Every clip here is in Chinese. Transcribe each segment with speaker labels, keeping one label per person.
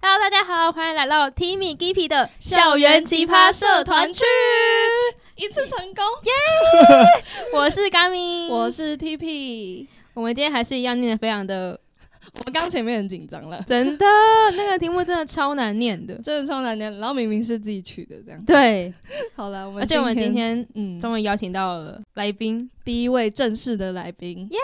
Speaker 1: 大家好，欢迎来到 Timmy Gippy 的
Speaker 2: 校园奇葩社团
Speaker 1: 区，
Speaker 2: 一次成功。
Speaker 1: 我是 g a m i
Speaker 2: 我是 TP，
Speaker 1: 我们今天还是一样念的非常的，
Speaker 2: 我们刚前面很紧张了，
Speaker 1: 真 的那个题目真的超难念的，
Speaker 2: 真的超难念。然后明明是自己取的，这样。
Speaker 1: 对，
Speaker 2: 好了，我们
Speaker 1: 而且我们今
Speaker 2: 天
Speaker 1: 天
Speaker 2: 嗯，
Speaker 1: 终于邀请到了来 宾，
Speaker 2: 第一位正式的来宾，耶！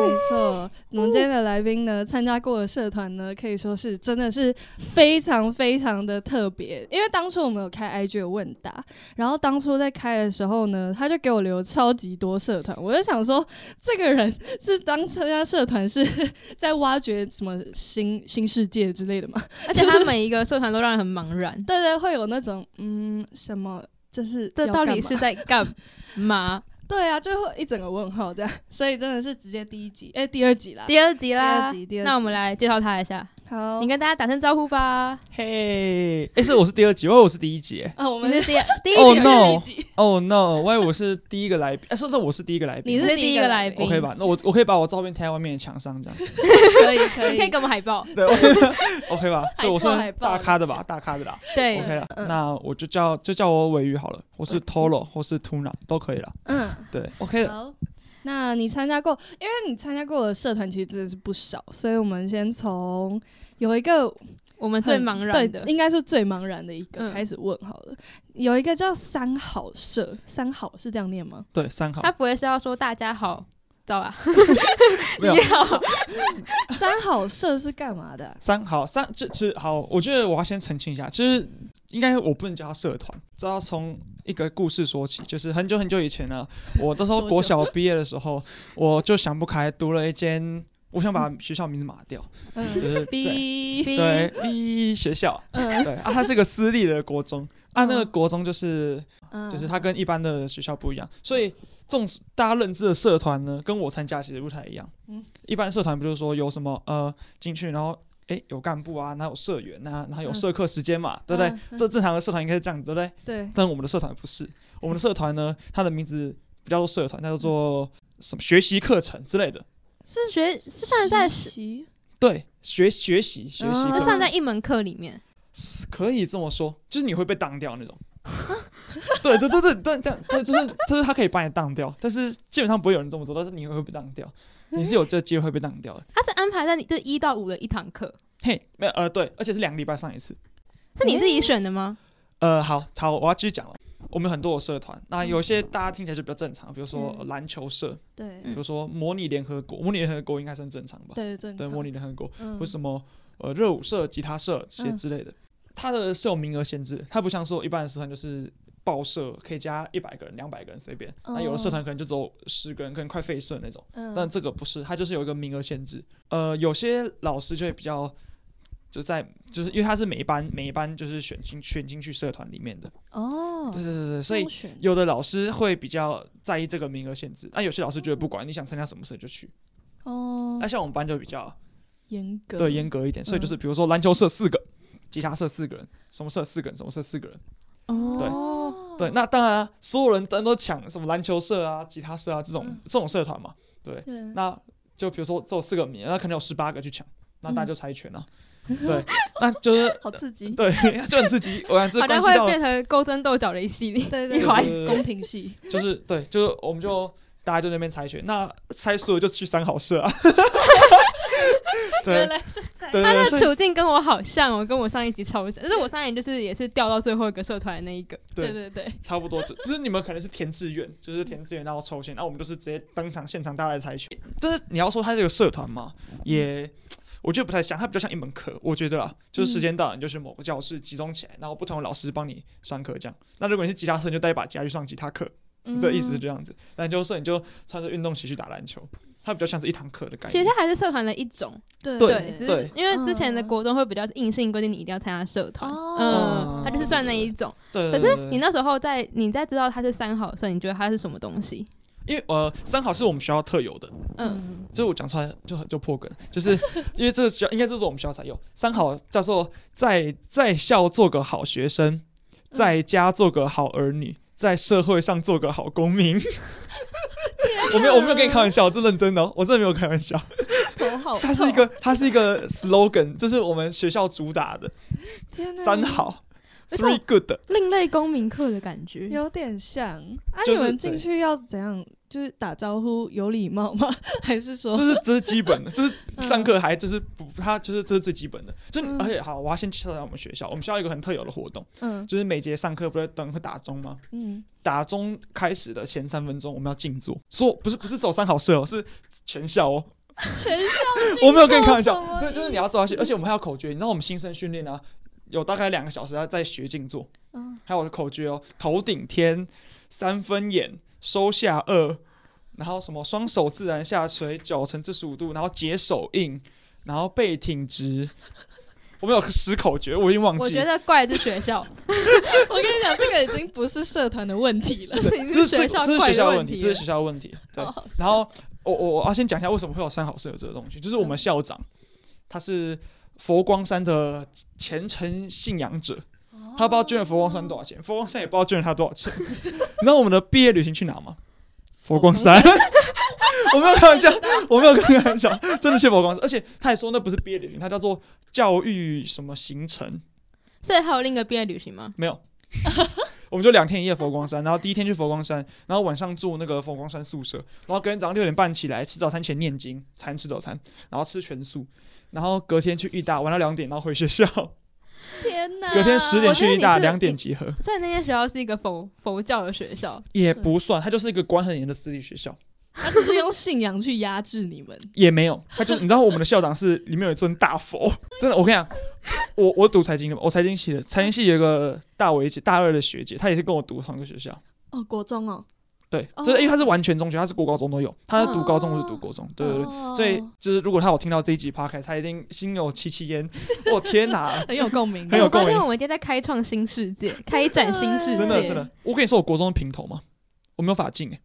Speaker 2: 没错，我们今天的来宾呢，参加过的社团呢，可以说是真的是非常非常的特别。因为当初我们有开 IG 的问答，然后当初在开的时候呢，他就给我留超级多社团，我就想说，这个人是当参加社团是 在挖掘什么新新世界之类的吗？
Speaker 1: 而且他每一个社团都让人很茫 然，
Speaker 2: 对对，会有那种嗯什么。就是
Speaker 1: 这
Speaker 2: 要
Speaker 1: 到
Speaker 2: 干
Speaker 1: 底
Speaker 2: 嘛
Speaker 1: 是在干嘛？
Speaker 2: 对啊，最后一整个问号这样，所以真的是直接第一集，哎、第二集 啦，
Speaker 1: 第二集
Speaker 2: 第
Speaker 1: 啦哦
Speaker 2: 二，集，第二集。
Speaker 1: 那我们来介绍他一下，
Speaker 2: 好，
Speaker 1: 你跟大家打声招呼吧。
Speaker 3: 嘿，哎，是我是第二集，我以为我是第一集。
Speaker 2: 啊，我
Speaker 1: 我
Speaker 2: 们
Speaker 1: 们
Speaker 2: 是
Speaker 1: 是第 第一
Speaker 3: Oh
Speaker 1: 集
Speaker 3: no！
Speaker 2: 第一集
Speaker 3: Oh no！我以为我是第一个来宾，哎，说这我是第一个来宾，
Speaker 2: 你
Speaker 1: 是第一个来宾
Speaker 3: OK 吧？那我我可以把我照片贴在外面的墙上，这样
Speaker 2: 可以可
Speaker 1: 你可以给我们海报，
Speaker 3: 对我 ，OK 吧？所以
Speaker 2: 海
Speaker 3: 我算
Speaker 2: 报
Speaker 3: 大咖的吧，大咖的啦
Speaker 1: 对，
Speaker 3: ，OK 了。
Speaker 2: 嗯
Speaker 3: 那我就叫就叫我尾鱼好了，我是 Toro 或是 Tuna 都可以了，
Speaker 2: 嗯，
Speaker 3: 对，OK 的。
Speaker 2: 好。那你参加过，因为你参加过的社团其实真的是不少，所以我们先从有一个
Speaker 1: 我们
Speaker 2: 很
Speaker 1: 最茫然的
Speaker 2: 对，，应该是最茫然的一
Speaker 1: 嗯
Speaker 2: 个开始问好了。有一个叫三好社，三好是这样念吗？
Speaker 3: 对，三好
Speaker 1: 他不会是要说大家好，知道吧？
Speaker 3: 没有
Speaker 1: 你好，
Speaker 2: 三好社是干 嘛的啊、
Speaker 3: 三好三这这好，我觉得我要先澄清一下，其实应该我不能叫他社团，这要从一个故事说起，就是很久很久以前呢，我那时候
Speaker 2: 多久
Speaker 3: 国小毕业的时候，我就想不开，读了一间，我想把学校名字码掉，就
Speaker 2: 嗯
Speaker 3: 是在
Speaker 2: ，B，
Speaker 1: B
Speaker 3: 对 B 学校，
Speaker 2: 嗯
Speaker 3: 对啊，它是个私立的国中，啊，那个
Speaker 2: 嗯
Speaker 3: 国中就是
Speaker 2: 嗯，
Speaker 3: 就是它跟一般的学校不一样，所以这种大家认知的社团呢，跟我参加其实不太一样。
Speaker 2: 嗯
Speaker 3: 一般社团不就是说有什么呃进去，然后诶有干部啊，然后有社员啊，然后有
Speaker 2: 嗯
Speaker 3: 社课时间嘛，对不对？
Speaker 2: 嗯嗯
Speaker 3: 这正常的社团应该是这样子，对不对？
Speaker 2: 对，
Speaker 3: 但我们的社团不是，我们的社团呢，它的名字不叫做社团，它叫做什么学习课程之类
Speaker 2: 嗯
Speaker 3: 的。
Speaker 1: 是学是算在
Speaker 2: 实习
Speaker 3: 对，学学习学习
Speaker 2: 嗯
Speaker 3: 课
Speaker 1: 那
Speaker 3: 程，
Speaker 1: 算在一门课里面，
Speaker 3: 可以这么说，就是你会被当掉那种。对对对对，但但但就是就是他可以把你当掉，但是基本上不会有人这么做，但是你会被当掉，你是有这机会被当掉的。
Speaker 1: 他是安排在你这一到五的一堂课，
Speaker 3: 嘿，没有呃对，而且是两个礼拜上一次。
Speaker 1: 是你自己选的吗？
Speaker 3: 呃，好好，我要继续讲了。我们有很多的社团，那有些大家听起来就比较正常，比如说呃
Speaker 2: 嗯
Speaker 3: 篮球社，
Speaker 2: 对
Speaker 1: 嗯
Speaker 3: 比如说模拟联合国，模拟联合国应该算正常吧？
Speaker 2: 对对
Speaker 3: 对，模拟联合国，
Speaker 2: 嗯
Speaker 3: 或什么呃热舞社、吉他社这些之类的，它的是有名额限制，它不像说一般的社团就是报社可以加一百个人、两百个人随便，那有的社团可能就只有十个人，可能快废社那种，
Speaker 2: 哦嗯
Speaker 3: 但这个不是，它就是有一个名额限制。呃，有些老师就会比较。就在就是因为他是每一班每一班就是选进选进去社团里面的，
Speaker 2: 哦，
Speaker 3: 对对对对，所以
Speaker 2: 中选
Speaker 3: 有的老师会比较在意这个名额限制，那有些老师觉得不管你想参加什么社你就去，
Speaker 2: 哦
Speaker 3: 那像我们班就比较
Speaker 2: 严格
Speaker 3: 对，严格一点。所以就是比如说篮球社四个，吉他社四个人，什么社四个人，什么社四个人。对
Speaker 1: 哦，
Speaker 3: 对，那当然、啊，所有人都抢什么篮球社啊、吉他社啊这种、
Speaker 2: 嗯
Speaker 3: 这种社团嘛。对，
Speaker 2: 对
Speaker 3: 那就比如说只有四个名额，那可能有十八个去抢，那大家就猜拳了、
Speaker 2: 嗯
Speaker 3: 对， 那就是
Speaker 2: 好刺激，
Speaker 3: 对， 就很刺激。我感觉
Speaker 1: 好
Speaker 3: 这
Speaker 1: 像
Speaker 3: 关系
Speaker 1: 会
Speaker 3: 到
Speaker 1: 变成勾针斗角的一系列，
Speaker 2: 对
Speaker 1: 一
Speaker 2: 对
Speaker 1: 环
Speaker 3: 对
Speaker 2: 宫廷戏，
Speaker 3: 就是对，就是我们就大家就那边猜拳，那猜输了就去三好社啊。 对
Speaker 2: 原来是这样。
Speaker 3: 对
Speaker 1: 他
Speaker 3: 对，所
Speaker 1: 的
Speaker 3: 以
Speaker 1: 处境跟我好像哦，我跟我上一集超像，就是我上一集就是也是掉到最后一个社团的那一个，
Speaker 3: 对
Speaker 2: 对对，
Speaker 3: 差不多，就就是你们可能是填志愿，就是填志愿然后抽签，然后我们就是直接当场现场大家来猜选。就是你要说它这个社团嘛，
Speaker 1: 嗯
Speaker 3: 也我觉得不太像，它比较像一门课，我觉得啦，就是时间到了你就去某个教室集中起来，然后不同的老师帮你上课这样。那如果你是吉他社，你就带一把吉他去上吉他课
Speaker 1: 嗯
Speaker 2: 嗯
Speaker 3: 的意思是这样子。篮球社你就穿着运动鞋去打篮球，它比较像是一堂课的概
Speaker 1: 其实
Speaker 3: 念。
Speaker 1: 它还是社团的一种，
Speaker 2: 对
Speaker 1: 对，只
Speaker 3: 对
Speaker 1: 是因为之前的
Speaker 2: 嗯
Speaker 1: 国中会比较硬性规定你一定要参加社团，
Speaker 2: 哦
Speaker 1: 嗯，它就是算那一种。
Speaker 3: 对，
Speaker 1: 可
Speaker 3: 对
Speaker 1: 是
Speaker 3: 对对
Speaker 1: 你那时候在你在知道它是三好的时候，你觉得它是什么东西？
Speaker 3: 因为呃，三好是我们学校特有的，
Speaker 1: 嗯，
Speaker 3: 这我讲出来就很就破梗， 就是因为这个学校应该就是我们学校才有三好叫做在在校做个好学生，在家做个好儿女，在社会上做个 好公民。我没有我没有跟你开玩笑，我是认真的、哦，我真的没有开玩笑。
Speaker 2: 头好
Speaker 3: 它是一
Speaker 2: 痛
Speaker 3: 个，它是一个 slogan，这是我们学校主打的
Speaker 2: 天哪
Speaker 3: 三好
Speaker 1: 没
Speaker 2: 哎
Speaker 1: 错
Speaker 3: ，three good。
Speaker 1: 另类公民课的感觉。
Speaker 2: 有点像。啊，
Speaker 3: 就
Speaker 2: 你
Speaker 3: 是
Speaker 2: 们
Speaker 3: 对
Speaker 2: 进去要怎样？就是打招呼有礼貌吗？ 还是说
Speaker 3: 这是这是基本 的，这是
Speaker 2: 哦嗯
Speaker 3: 上课还就是不，它就是这是最基本的。就是
Speaker 2: 嗯
Speaker 3: 而且好，我要先介绍一下我们学校，我们学校有一个很特有的活动，
Speaker 2: 嗯
Speaker 3: 就是每节上课不是灯会打钟吗？
Speaker 2: 嗯
Speaker 3: 打钟开始的前三分钟，我们要静坐。说不是不是走三好社哦，是全校哦，
Speaker 2: 全校
Speaker 3: 我没有跟你开玩
Speaker 2: 什么
Speaker 3: 笑，
Speaker 2: 意思
Speaker 3: 这就是你要做下去，而且我们还有口诀，你知道我们新生训练啊，有大概两个小时要在学静坐，
Speaker 2: 嗯
Speaker 3: 还有我的口诀哦，头顶天，三分眼，收下颚，然后什么双手自然下垂，脚呈四十五度，然后解手印，然后背挺直。我们有十口诀，我已经忘
Speaker 1: 我
Speaker 3: 记
Speaker 1: 觉
Speaker 3: 了。
Speaker 1: 得怪的是学校，
Speaker 2: 我跟你讲，这个已经不是社团的问题了。
Speaker 1: 这已经
Speaker 3: 这
Speaker 1: 是
Speaker 3: 是这
Speaker 1: 学
Speaker 3: 个
Speaker 1: 校
Speaker 3: 这是
Speaker 1: 怪
Speaker 3: 学
Speaker 1: 的
Speaker 3: 校的
Speaker 1: 问
Speaker 3: 问题，
Speaker 1: 题
Speaker 3: 这
Speaker 1: 了哦
Speaker 3: 是。学校的问题。对
Speaker 2: 好，好
Speaker 3: 然后我我我要先讲一下为什么会有三好社有这个东西，就是我们
Speaker 2: 嗯
Speaker 3: 校长他是佛光山的虔诚信仰者，
Speaker 2: 哦
Speaker 3: 他不知道捐了佛光山多少
Speaker 1: 哦
Speaker 3: 钱，佛光山也不知道捐了他多少钱。 你知道我们的毕业旅行去哪
Speaker 1: 哦
Speaker 3: 吗？佛光山。 我没有开玩笑，我没有开玩笑，真的去佛光山。而且他还说那不是毕业旅行，他叫做教育什么行程，
Speaker 1: 所以还有另一个毕业旅行吗？
Speaker 3: 没有。 我们就两天一夜佛光山，然后第一天去佛光山，然后晚上住那个佛光山宿舍，然后隔天早上六点半起来吃早餐前念经，才能吃早餐，然后吃全素，然后隔天去义大玩到两点，然后回学校，
Speaker 2: 天哪！
Speaker 3: 隔天十点
Speaker 1: 我觉得
Speaker 3: 去义
Speaker 1: 你
Speaker 3: 大，
Speaker 1: 是
Speaker 3: 两点
Speaker 1: 你
Speaker 3: 集合。
Speaker 1: 所以那间学校是一个佛佛教的学校，
Speaker 3: 也不算，它就是一个管很严的私立学校，
Speaker 2: 他只是用信仰去压制你们。
Speaker 3: 也没有，它就是你知道我们的校长是里面有一尊大佛， 真的，我跟你讲，我我读财经的嘛，我财经系的，财经系有一个大我一届大二的学姐，她也是跟我读同一个学校，
Speaker 2: 哦，国中哦，
Speaker 3: 对，
Speaker 2: 哦
Speaker 3: 这、因为她是完全中学，她是国高中都有，她是
Speaker 1: 哦
Speaker 3: 读高中我是读国中，对对对，
Speaker 2: 哦，
Speaker 3: 所以就是如果她有听到这一集 podcast，她一定心有戚戚 焉，我天哪
Speaker 2: 很有共鸣。
Speaker 3: 很有
Speaker 1: 我发
Speaker 3: 共鸣
Speaker 1: 现我们今天在开创新世界， 开展新世界，
Speaker 3: 真的真的，我跟你说，我国中是平头嘛，我没有法进、欸，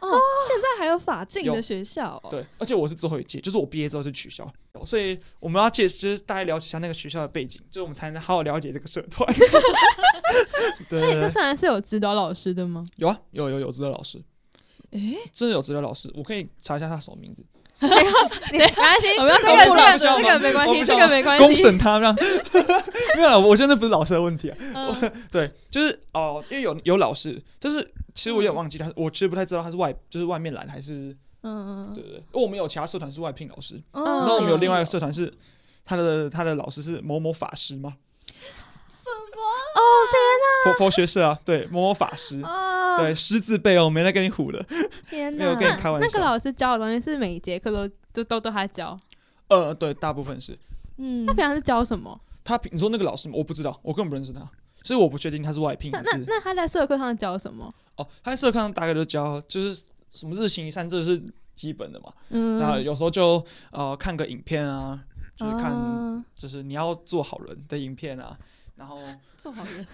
Speaker 2: 哦，现在还有法镜
Speaker 3: 有
Speaker 2: 的学校哦。
Speaker 3: 对，而且我是最后一届，就是我毕业之后就取消，所以我们要借就是大概了解一下那个学校的背景，就是我们才能好好了解这个社团。
Speaker 1: 那你
Speaker 3: 对对对
Speaker 1: 哎这，虽然是有指导老师的 吗？
Speaker 3: 有啊，有有有指导老师，
Speaker 2: 诶，
Speaker 3: 真的有指导老师，我可以查一下他什么名字，
Speaker 1: 你没关系，
Speaker 2: 我们要
Speaker 1: 这
Speaker 2: 公布
Speaker 1: 个这
Speaker 2: 老师
Speaker 1: 个这
Speaker 3: 吗
Speaker 1: 个没关
Speaker 3: 我
Speaker 1: 系，
Speaker 3: 不
Speaker 1: 这
Speaker 3: 想
Speaker 1: 个没关
Speaker 3: 公
Speaker 1: 系。
Speaker 3: 审他让。 没有啦， 我觉得那不是老师的问题啊，
Speaker 2: 嗯
Speaker 3: 对，就是哦、因为有有老师，就是其实我有点忘记他，我其实不太知道他是外，就是外面来的还是
Speaker 2: 嗯
Speaker 3: 对对对，因为我们有其他社团是外聘老师，
Speaker 2: 嗯，
Speaker 1: 然
Speaker 3: 然后我们有
Speaker 1: 嗯
Speaker 3: 另外一个社团是他的他的老师是某某法师吗？
Speaker 1: 哦
Speaker 3: 佛佛学社啊，对，某某法师，
Speaker 2: 啊，
Speaker 3: 对，师字辈哦，我没在跟你唬的，
Speaker 2: 天
Speaker 3: 没有跟你开玩笑。
Speaker 1: 那个老师教的东西是每一节课都就都都他教，
Speaker 3: 呃，对，大部分是
Speaker 2: 嗯
Speaker 1: 他平常是教什么？
Speaker 3: 他平，你说那个老师吗，我不知道，我根本不认识他，所以我不确定他是外聘
Speaker 1: 那
Speaker 3: 还
Speaker 1: 那
Speaker 3: 是
Speaker 1: 那他在社课上教什么？
Speaker 3: 哦，他在社课上大概都教就是什么日行一善，这是基本的嘛。
Speaker 2: 嗯
Speaker 3: 那有时候就呃看个影片啊，就是看、
Speaker 2: 啊
Speaker 3: 就是你要做好人的影片啊，然后我
Speaker 2: 做好人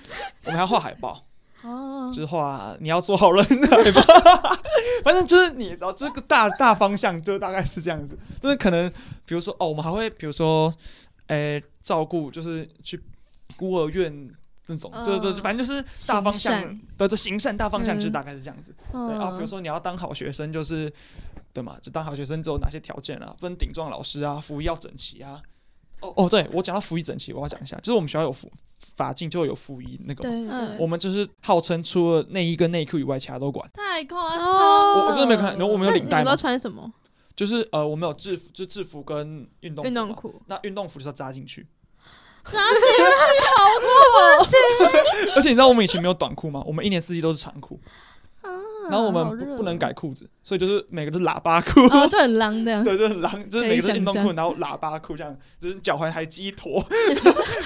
Speaker 3: 们还要画海报。
Speaker 2: 哦
Speaker 3: 就是画你要做好人的海报， 反正就是你知道这个大大方向就大概是这样子，就是可能比如说哦，我们还会比如说，诶、照顾就是去孤儿院那种，对对对，
Speaker 2: 嗯
Speaker 3: 反正就是大方
Speaker 2: 行
Speaker 3: 向
Speaker 2: 善，
Speaker 3: 对对，行善大方向
Speaker 2: 嗯
Speaker 3: 就是大概是这样子，对啊，比如说你要当好学生就是。对嘛，就当好学生之后哪些条件啊？不能顶撞老师啊，服役要整齐啊。哦哦，对我讲到服役整齐，我要讲一下，就是我们学校有服法禁就有服役那个嘛
Speaker 2: 对，
Speaker 1: 嗯
Speaker 3: 我们就是号称除了内衣跟内裤以外，其他都管。
Speaker 2: 太夸张
Speaker 1: 哦
Speaker 2: 了，
Speaker 1: 我我真的
Speaker 3: 没看然后我们有
Speaker 2: 啊
Speaker 1: 那
Speaker 3: 领带
Speaker 1: 你
Speaker 3: 吗
Speaker 1: 们都穿什么？
Speaker 3: 就是呃，我们有制服，就制服跟运动服
Speaker 1: 运动
Speaker 3: 嘛。
Speaker 1: 裤。
Speaker 3: 那运动服就是要扎进去，
Speaker 2: 扎进去哦
Speaker 3: 而且你知道我们以前没有短裤吗？我们一年四季都是长裤，
Speaker 2: 啊，
Speaker 3: 然后我
Speaker 2: 好
Speaker 3: 们
Speaker 2: 热
Speaker 3: 不不能改裤子，所以就是每个都是喇叭裤，
Speaker 2: 哦，就很狼的，
Speaker 3: 对，就是狼，就是每个都是运动
Speaker 2: 可
Speaker 3: 裤，
Speaker 2: 以
Speaker 3: 然后喇叭裤这样，就是脚踝还系 一坨，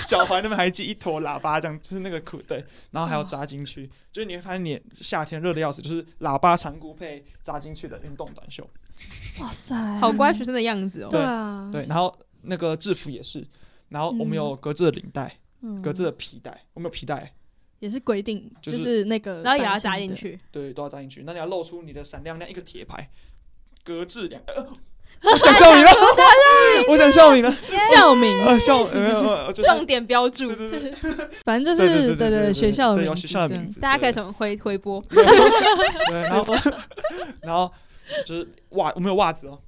Speaker 3: 脚踝那边还系一坨喇叭这样，就是那个裤对，然后还要
Speaker 2: 嗯
Speaker 3: 扎进去，就是你会发现你夏天热的要死，就是喇叭长裤配扎进去的运动短袖。
Speaker 2: 哇塞，
Speaker 1: 好乖学生的样子哦。
Speaker 2: 对啊，
Speaker 3: 对，然后那个制服也是，然后我们有格子的领带、
Speaker 2: 嗯，
Speaker 3: 格子的皮带，我们有皮带，
Speaker 2: 也是规定，
Speaker 3: 就
Speaker 2: 就是是那个，
Speaker 1: 然后也要扎进，去，
Speaker 3: 对，都要扎进去。那你要露出你的闪亮亮一个铁牌，格子 两，呃、我讲笑你了，我讲笑你了，
Speaker 2: 校名，
Speaker 3: 呃，笑呃没有没有，就是
Speaker 1: 重点标注
Speaker 3: 对，对对，
Speaker 2: 反正就
Speaker 3: 对对
Speaker 2: 是
Speaker 3: 对对对
Speaker 2: 啊对学校
Speaker 3: 对
Speaker 2: 的
Speaker 3: 有
Speaker 2: 名
Speaker 3: 学
Speaker 2: 字
Speaker 3: 校的
Speaker 2: 这样
Speaker 3: 名字，
Speaker 1: 大家可以
Speaker 3: 对
Speaker 1: 从回回播。
Speaker 3: 对，然后然后就是袜，我们有袜子哦，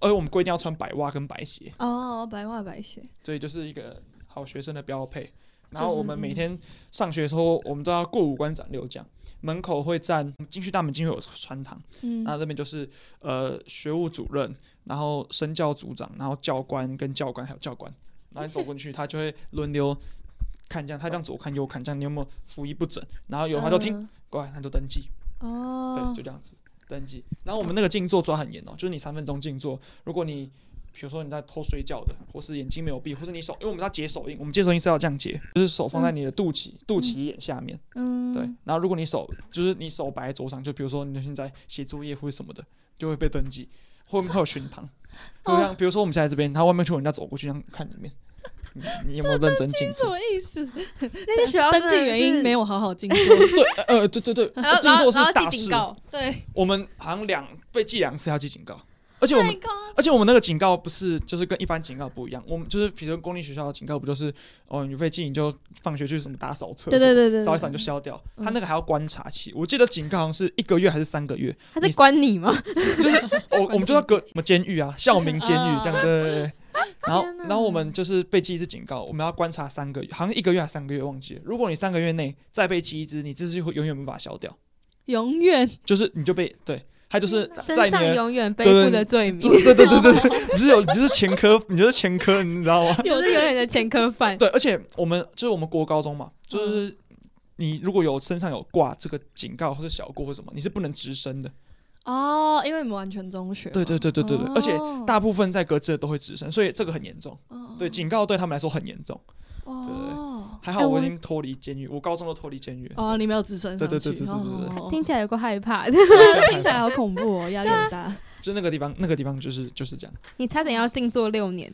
Speaker 3: 而且我们规定要穿白袜跟白鞋，
Speaker 2: 哦，白袜白鞋，
Speaker 3: 所以就是一个好学生的标配。然后我们
Speaker 2: 嗯
Speaker 3: 每天上学的时候，我们都要过五关斩六将，门口会站，我们进去大门进去有穿堂，
Speaker 2: 嗯
Speaker 3: 那这边就是呃学务主任，然后身教组长，然后教官跟教官还有教官，然后你走过去，他就会轮流看这样，他这样左看右看，这样你有没有服仪不整，然后有他就听，
Speaker 2: 嗯
Speaker 3: 过来他就登记，对，
Speaker 2: 哦
Speaker 3: 就，这样子登记。然后我们那个静坐抓很严哦，就是你三分钟静坐，如果你比如说你在偷睡觉的，或是眼睛没有闭，或是你手，因为我们要解手印，我们解手印是要这样解，就是手放在你的肚脐、肚脐眼下面，
Speaker 2: 嗯
Speaker 3: 对。然后如果你手就是你手摆在桌上，就比如说你现在写作业或者什么的，就会被登记，后面会有巡 堂，就
Speaker 1: 哦
Speaker 3: 像比如说我们现在这边，他外面就有人家走过去，这样看里面，你你有没有认真静
Speaker 2: 什
Speaker 3: 坐？
Speaker 2: 么意思？
Speaker 1: 那些学校
Speaker 2: 登记原因没
Speaker 1: 有，
Speaker 2: 有好好静坐，
Speaker 3: 对，呃，对对对，
Speaker 1: 然后
Speaker 3: 静
Speaker 1: 然后
Speaker 3: 坐是
Speaker 1: 然后
Speaker 3: 大
Speaker 1: 记
Speaker 3: 事
Speaker 1: 警，告，
Speaker 2: 对，
Speaker 3: 我们好像两被记两次要记警告，
Speaker 1: 哎
Speaker 3: 而且我
Speaker 2: 太
Speaker 3: 们
Speaker 2: 高
Speaker 3: 而且我们那个警告不是就是跟一般警告不一样，我们就是比如公立学校的警告不就是哦你被记你就放学去什么打扫厕所，
Speaker 1: 对对对对，
Speaker 3: 扫一
Speaker 1: 对
Speaker 3: 扫你就消掉，
Speaker 2: 嗯
Speaker 3: 他那个还要观察期，我记得警告好像是一个月还是三个月，
Speaker 1: 他在关你吗？
Speaker 3: 就是我我们就要隔什么监狱啊，校民监狱这样对对 对。然后
Speaker 2: 哦天，哪
Speaker 3: 然后我们就是被记一次警告，我们要观察三个月，好像一个月还是三个月，忘记了。如果你三个月内再被记一只，你这次会永远没办法消掉，
Speaker 2: 永远
Speaker 3: 就是你就被对，他就是
Speaker 1: 身
Speaker 3: 在你
Speaker 1: 上
Speaker 3: 的
Speaker 1: 永远背
Speaker 3: 对
Speaker 1: 负的罪名，
Speaker 3: 对对对对对 对，你是有你是前科，你就是前科，你知道吗？
Speaker 1: 你是永远的前科犯。
Speaker 3: 对，而且我们就是我们国高中嘛，
Speaker 2: 嗯
Speaker 3: 就是你如果有身上有挂这个警告或者小过或什么，你是不能直升的。
Speaker 2: 哦，因为你们完全中学嘛，
Speaker 3: 对对对对对对，而且
Speaker 2: 哦
Speaker 3: 大部分在格致的都会直升，所以这个很严重。
Speaker 2: 哦
Speaker 3: 对，警告对他们来说很严重。
Speaker 2: 哦
Speaker 3: 还好
Speaker 1: 哎
Speaker 3: 我已
Speaker 1: 我
Speaker 3: 经脱离监狱，我高中都脱离监狱了。
Speaker 2: 哦，你没有直升上去，
Speaker 3: 对对对对对对对
Speaker 2: 哦
Speaker 1: 听起来有够害怕，
Speaker 2: 啊听起来好恐怖哦，压力很大。
Speaker 3: 就那个地方，那个地方就是就是这样。
Speaker 1: 你差点要静坐六年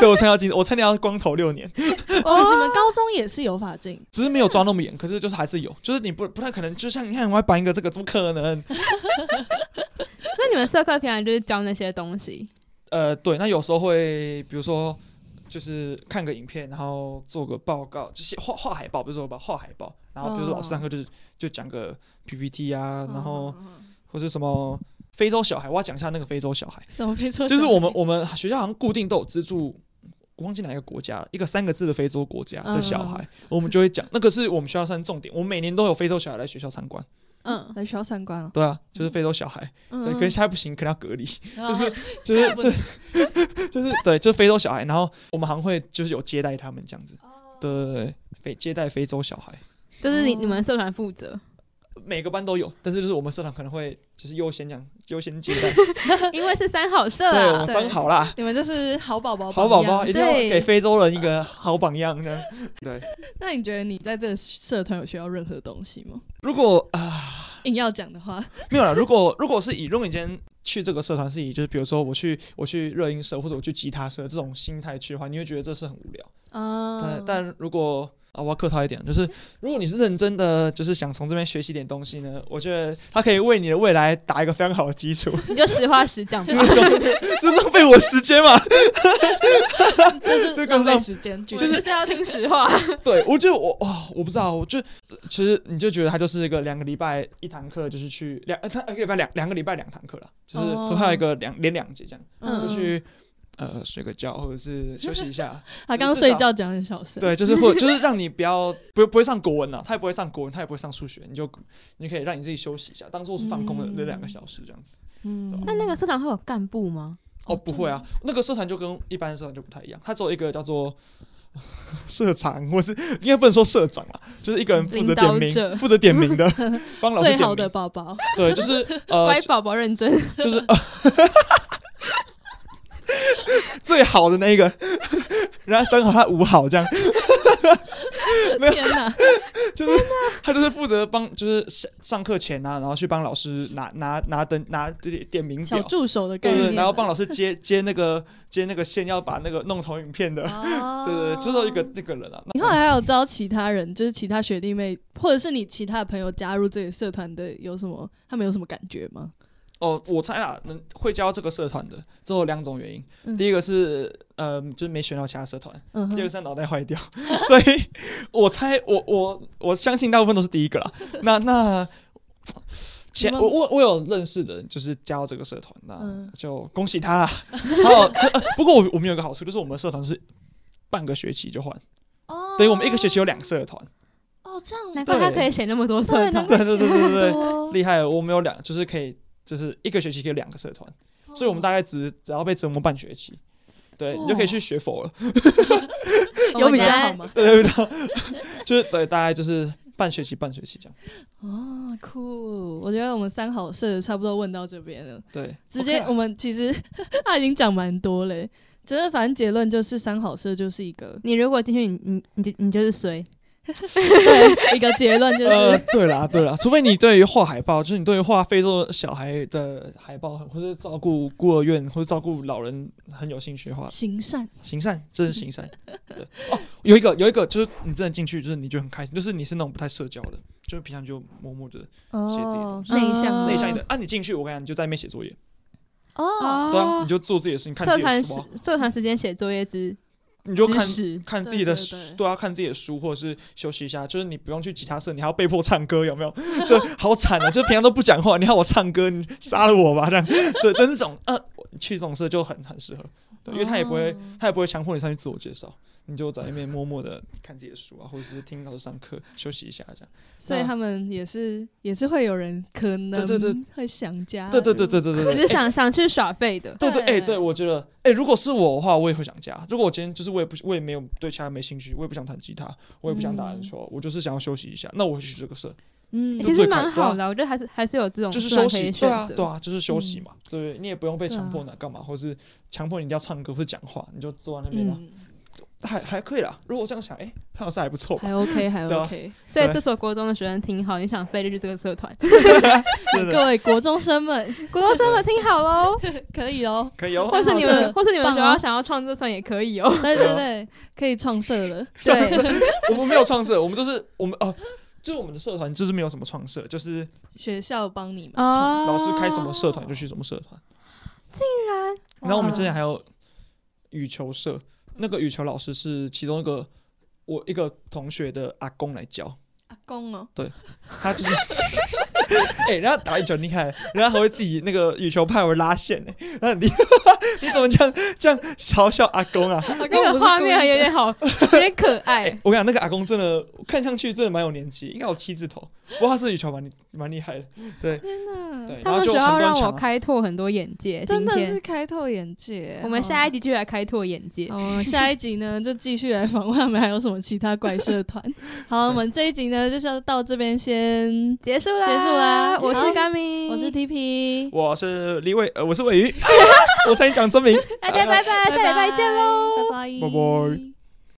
Speaker 3: 对我参加进，我参加光头六年，
Speaker 2: 哦，你们高中也是有法镜，
Speaker 3: 只是没有抓那么严，可是就是还是有，就是你不不太可能，就像你看我还绑一个这个，怎么可能？
Speaker 1: 所以你们社课平常就是教那些东西，
Speaker 3: 呃，对，那有时候会，比如说，就是看个影片，然后做个报告，就是画画海报，不是说吧，画海报，然后比如说老
Speaker 2: 哦
Speaker 3: 师上课就是、就讲个 PPT 啊，然后或者什么非洲小孩，我要讲一下那个非洲小孩，
Speaker 2: 什么非 洲？
Speaker 3: 就是我们我们学校好像固定都有资助。我忘记哪一个国家了，一个三个字的非洲国家的小孩，我们就会讲那个是我们学校算重点。我们每年都有非洲小孩来学校参观，
Speaker 1: 嗯，
Speaker 2: 来学校参观了，
Speaker 3: 对啊，就是非洲小孩，对，可能现在不行，可能要隔离。
Speaker 2: 就是
Speaker 3: 就是
Speaker 2: 嗯不
Speaker 3: 就就是对，就是非洲小孩，然后我们还会就是有接待他们这样子，对对对，非接待非洲小孩，
Speaker 1: 就是你
Speaker 2: 哦
Speaker 1: 你们社团负责，
Speaker 3: 每个班都有，但是就是我们社团可能会就是优先讲优先接待，
Speaker 1: 因为是三好社
Speaker 3: 对我们
Speaker 1: 啊，
Speaker 3: 分好啦，
Speaker 2: 你们就是好宝宝，
Speaker 3: 好宝宝一定要
Speaker 1: 对
Speaker 3: 给非洲人一个好榜样呢。对，
Speaker 2: 那你觉得你在这个社团有学到任何东西吗？
Speaker 3: 如果啊、
Speaker 2: 硬要讲的话，
Speaker 3: 没有了，如果如果是以如果你今天去这个社团是以就是比如说我去我去热音社或者我去吉他社这种心态去的话，你会觉得这是很无聊。
Speaker 2: 啊
Speaker 3: 但但如果啊，我要客套一点，就是如果你是认真的，就是想从这边学习点东西呢，我觉得它可以为你的未来打一个非常好的基础。
Speaker 1: 你就实话实讲吧
Speaker 3: 因。为这这浪费我时间嘛。
Speaker 2: 这
Speaker 3: 这
Speaker 2: 是
Speaker 3: 个
Speaker 2: 浪费
Speaker 3: 让
Speaker 2: 时间，
Speaker 1: 我
Speaker 2: 就
Speaker 1: 就是是要听实话，
Speaker 3: 对，我就我哇、我不知道，我就其实你就觉得它就是一个两个礼拜一堂课，就是去两呃它一个礼拜两两个礼拜两堂课了，就是
Speaker 2: 哦
Speaker 3: 它有一个两连两节这样，
Speaker 1: 嗯
Speaker 3: 就去呃睡个觉或者是休息一下。
Speaker 2: 他刚刚睡觉讲很小声，
Speaker 3: 对，就是或就是让你不要不不会上国文了、啊他也不会上国文，他也不会上数学，你就你可以让你自己休息一下，当做是放空的那
Speaker 2: 嗯
Speaker 3: 两个小时这样子。
Speaker 2: 嗯，
Speaker 1: 那那个社团会有干部吗？
Speaker 3: 哦，不会啊，那个社团就跟一般的社团就不太一样，它只有一个叫做 社长，或是应该不能说社长啦，就是一个人负责
Speaker 1: 领导
Speaker 3: 点
Speaker 1: 者
Speaker 3: 名，负责点名的，帮老师
Speaker 2: 最
Speaker 3: 点
Speaker 2: 好的
Speaker 3: 名。
Speaker 2: 宝 宝，
Speaker 3: 对，就是呃
Speaker 1: 乖，宝宝认 真，
Speaker 3: 就是、最好的那一个， 人家三好他五好这样。没有
Speaker 2: 天哪，
Speaker 3: 就是他就是负责帮，就是上上课前啊，然后去帮老师拿拿拿灯拿点点名
Speaker 2: 小
Speaker 3: 表，
Speaker 2: 助手的概
Speaker 3: 对对
Speaker 2: 念
Speaker 3: 对，，然后帮老师接接那个接那个线，要把那个弄投影片的，
Speaker 2: 哦，
Speaker 3: 对对对，知道一个那个人啊。
Speaker 2: 你后来还有招其他人，就是其他学弟妹，或者是你其他的朋友加入这个社团的，有什么他们有什么感觉吗？
Speaker 3: 哦，我猜啦，能会加到这个社团的，只有两种原因，
Speaker 2: 嗯
Speaker 3: 第一个是呃，就是没选到其他社团，
Speaker 2: 嗯
Speaker 3: 第二个
Speaker 2: 哼，
Speaker 3: 是脑袋坏掉， 所以 我猜我我我相信大部分都是第一个啦。那那前
Speaker 2: 你
Speaker 3: 我
Speaker 2: 们
Speaker 3: 我我有认识的人就是加入这个社团，
Speaker 2: 嗯
Speaker 3: 那就恭喜他啦。 还有这、呃不过我我们有个好处，就是我们社团是半个学期就换，
Speaker 2: 哦
Speaker 3: 等于我们一个学期有两个社团。
Speaker 2: 哦，这样
Speaker 1: 难怪他
Speaker 3: 对
Speaker 1: 可以写那么多社团
Speaker 2: 对难。
Speaker 3: 对对对对 对，
Speaker 2: 多，
Speaker 3: 厉害了！我们有两，就是可以，就是一个学期可以有两个社团，
Speaker 2: 哦
Speaker 3: 所以我们大概只只要被折磨半学期，对你就可以去学佛了。
Speaker 1: 我
Speaker 2: 有
Speaker 1: 们
Speaker 2: 比较
Speaker 1: 家
Speaker 2: 好吗？
Speaker 3: 对对对，就是对，大概就是半学期半学期这样。
Speaker 2: 哦，酷！我觉得我们三好社差不多问到这边了，
Speaker 3: 对，
Speaker 2: 直接
Speaker 3: OK 啊
Speaker 2: 我们其实 他已经讲蛮多嘞，就是反正结论就是三好社就是一个
Speaker 1: 你如果进去，你你你就你就是衰。
Speaker 2: 对一个结论就
Speaker 3: 呃
Speaker 2: 是，
Speaker 3: 对啦 对啦，除非你对于画海报，就是你对于画非洲小孩的海报，或是照顾孤儿院或者照顾老人很有兴趣的话，
Speaker 2: 行善，
Speaker 3: 行善，这是 行善。对哦，有一个有一个就是你真的进去，就是你就很开心，就是你是那种不太社交的，就是平常就默默的写自己的
Speaker 2: 哦
Speaker 3: 东，西
Speaker 2: 内
Speaker 1: 嗯
Speaker 2: 向
Speaker 3: 内向一点。啊，你进去我跟你讲，你就在那边写作业，
Speaker 2: 哦，
Speaker 3: 对啊，你就做自己的事情，看自
Speaker 1: 社
Speaker 3: 己的
Speaker 1: 团
Speaker 3: 书
Speaker 1: 时
Speaker 3: 啊，
Speaker 1: 社团时间写作业之
Speaker 3: 你就
Speaker 1: 知
Speaker 3: 看
Speaker 1: 识，
Speaker 3: 看自己的
Speaker 2: 对对
Speaker 3: 书
Speaker 2: 对，
Speaker 3: 对啊，看自己的书，或者是休息一下。就是你不用去吉他社，你还要被迫唱歌，有没有？对，好惨啊！就平常都不讲话，你要我唱歌，你杀了我吧，这样。对，但是这种呃，去这种社就很很适合，对，因为他也不
Speaker 2: 哦
Speaker 3: 会，他也不会强迫你上去自我介绍，你就在那边默默的看自己的书啊，或者是听老师上课休息一下这样。
Speaker 2: 所以他们也是也是会有人可能
Speaker 3: 对对
Speaker 2: 会想家，
Speaker 3: 对对对对对对对，
Speaker 1: 只是
Speaker 3: 哎
Speaker 1: 想想去耍废的。
Speaker 3: 对对，
Speaker 2: 对
Speaker 3: 哎、对我觉得，哎、如果是我的话，我也会想家。如果我今天就是我也不我也没有对其他没兴趣，我也不想弹吉他，我也不想打篮球，我就是想要休息一下，那我会去这个社，
Speaker 2: 嗯
Speaker 1: 欸
Speaker 3: 就
Speaker 1: 其
Speaker 3: 最
Speaker 1: 实
Speaker 3: 快
Speaker 1: 蛮
Speaker 3: 对啊
Speaker 1: 好的，我觉得还是还是有这种
Speaker 3: 就是
Speaker 1: 社
Speaker 3: 休
Speaker 1: 团可以
Speaker 3: 息，对
Speaker 1: 选
Speaker 3: 啊
Speaker 1: 择，啊
Speaker 3: 对啊，就是休息
Speaker 2: 嗯
Speaker 3: 嘛，对不对？你也不用被强迫呢干嘛，或是强迫你一定要唱歌或者讲话，你就坐在那边啊，
Speaker 2: 嗯，
Speaker 3: 还还可以啦。如果这样想，哎，潘老师还 不错吧，
Speaker 2: 还 OK 还
Speaker 3: 对啊
Speaker 2: OK，
Speaker 1: 所以
Speaker 3: 对
Speaker 1: 这所国中的学生挺好，你想废就去这个社团，
Speaker 3: 真的
Speaker 2: 各位国中生们
Speaker 1: 国中生们听好喽，
Speaker 2: 可以哦，
Speaker 3: 可以哦。
Speaker 1: 或是你
Speaker 2: 好的
Speaker 1: 们或是你们
Speaker 2: 棒
Speaker 1: 学校
Speaker 2: 哦
Speaker 1: 想要创作社团也可以哦。
Speaker 2: 对
Speaker 3: 啊
Speaker 2: 对对，可以创社了，
Speaker 1: 对，
Speaker 3: 我们没有创社，我们就是我们哦。就是我们的社团就是没有什么创社，就是
Speaker 2: 学校帮你们，
Speaker 3: 啊
Speaker 1: 哦，
Speaker 3: 老师开什么社团就去什么社团。然后我们之前还有羽球社，那个羽球老师是其中一个我一个同学的阿公来教，
Speaker 2: 阿公哦，
Speaker 3: 他就是。 哎、人家打羽球很厉害，人家还会自己那个羽球拍我拉线呢、欸。那你 你怎么这样这样嘲笑阿公啊？哎
Speaker 2: 那
Speaker 1: 那个画面有点好，有点可 爱。
Speaker 3: 我跟你讲，那个阿公真的看上去真的蛮有年纪，应该有七字头。不过他是羽球蛮蛮厉害的，
Speaker 2: 天哪，
Speaker 3: 对。然
Speaker 1: 他
Speaker 3: 后
Speaker 1: 们
Speaker 3: 就
Speaker 1: 学
Speaker 3: 很
Speaker 1: 校
Speaker 3: 多人
Speaker 1: 让
Speaker 3: 抢
Speaker 1: 我
Speaker 3: 啊、
Speaker 1: 开拓很多眼界，
Speaker 2: 嗯真
Speaker 1: 哎今
Speaker 2: 的
Speaker 1: 天
Speaker 2: 是哦开拓眼界。
Speaker 1: 我们下一
Speaker 2: 集，
Speaker 1: 集就来开拓眼界。
Speaker 2: 哦，下一集呢就继续来访问他们还有什么其他怪社 团。好，我们这一集呢就是要到这边先，
Speaker 1: 结束啦，
Speaker 2: 结束啦
Speaker 1: 我
Speaker 2: 好
Speaker 1: 是甘明，
Speaker 2: 我是 TP，
Speaker 3: 我是李伟，呃， 我是尾鱼，我差点讲真名。
Speaker 1: 大家拜拜，下礼拜见喽。
Speaker 2: 喽，拜拜，
Speaker 3: 拜拜。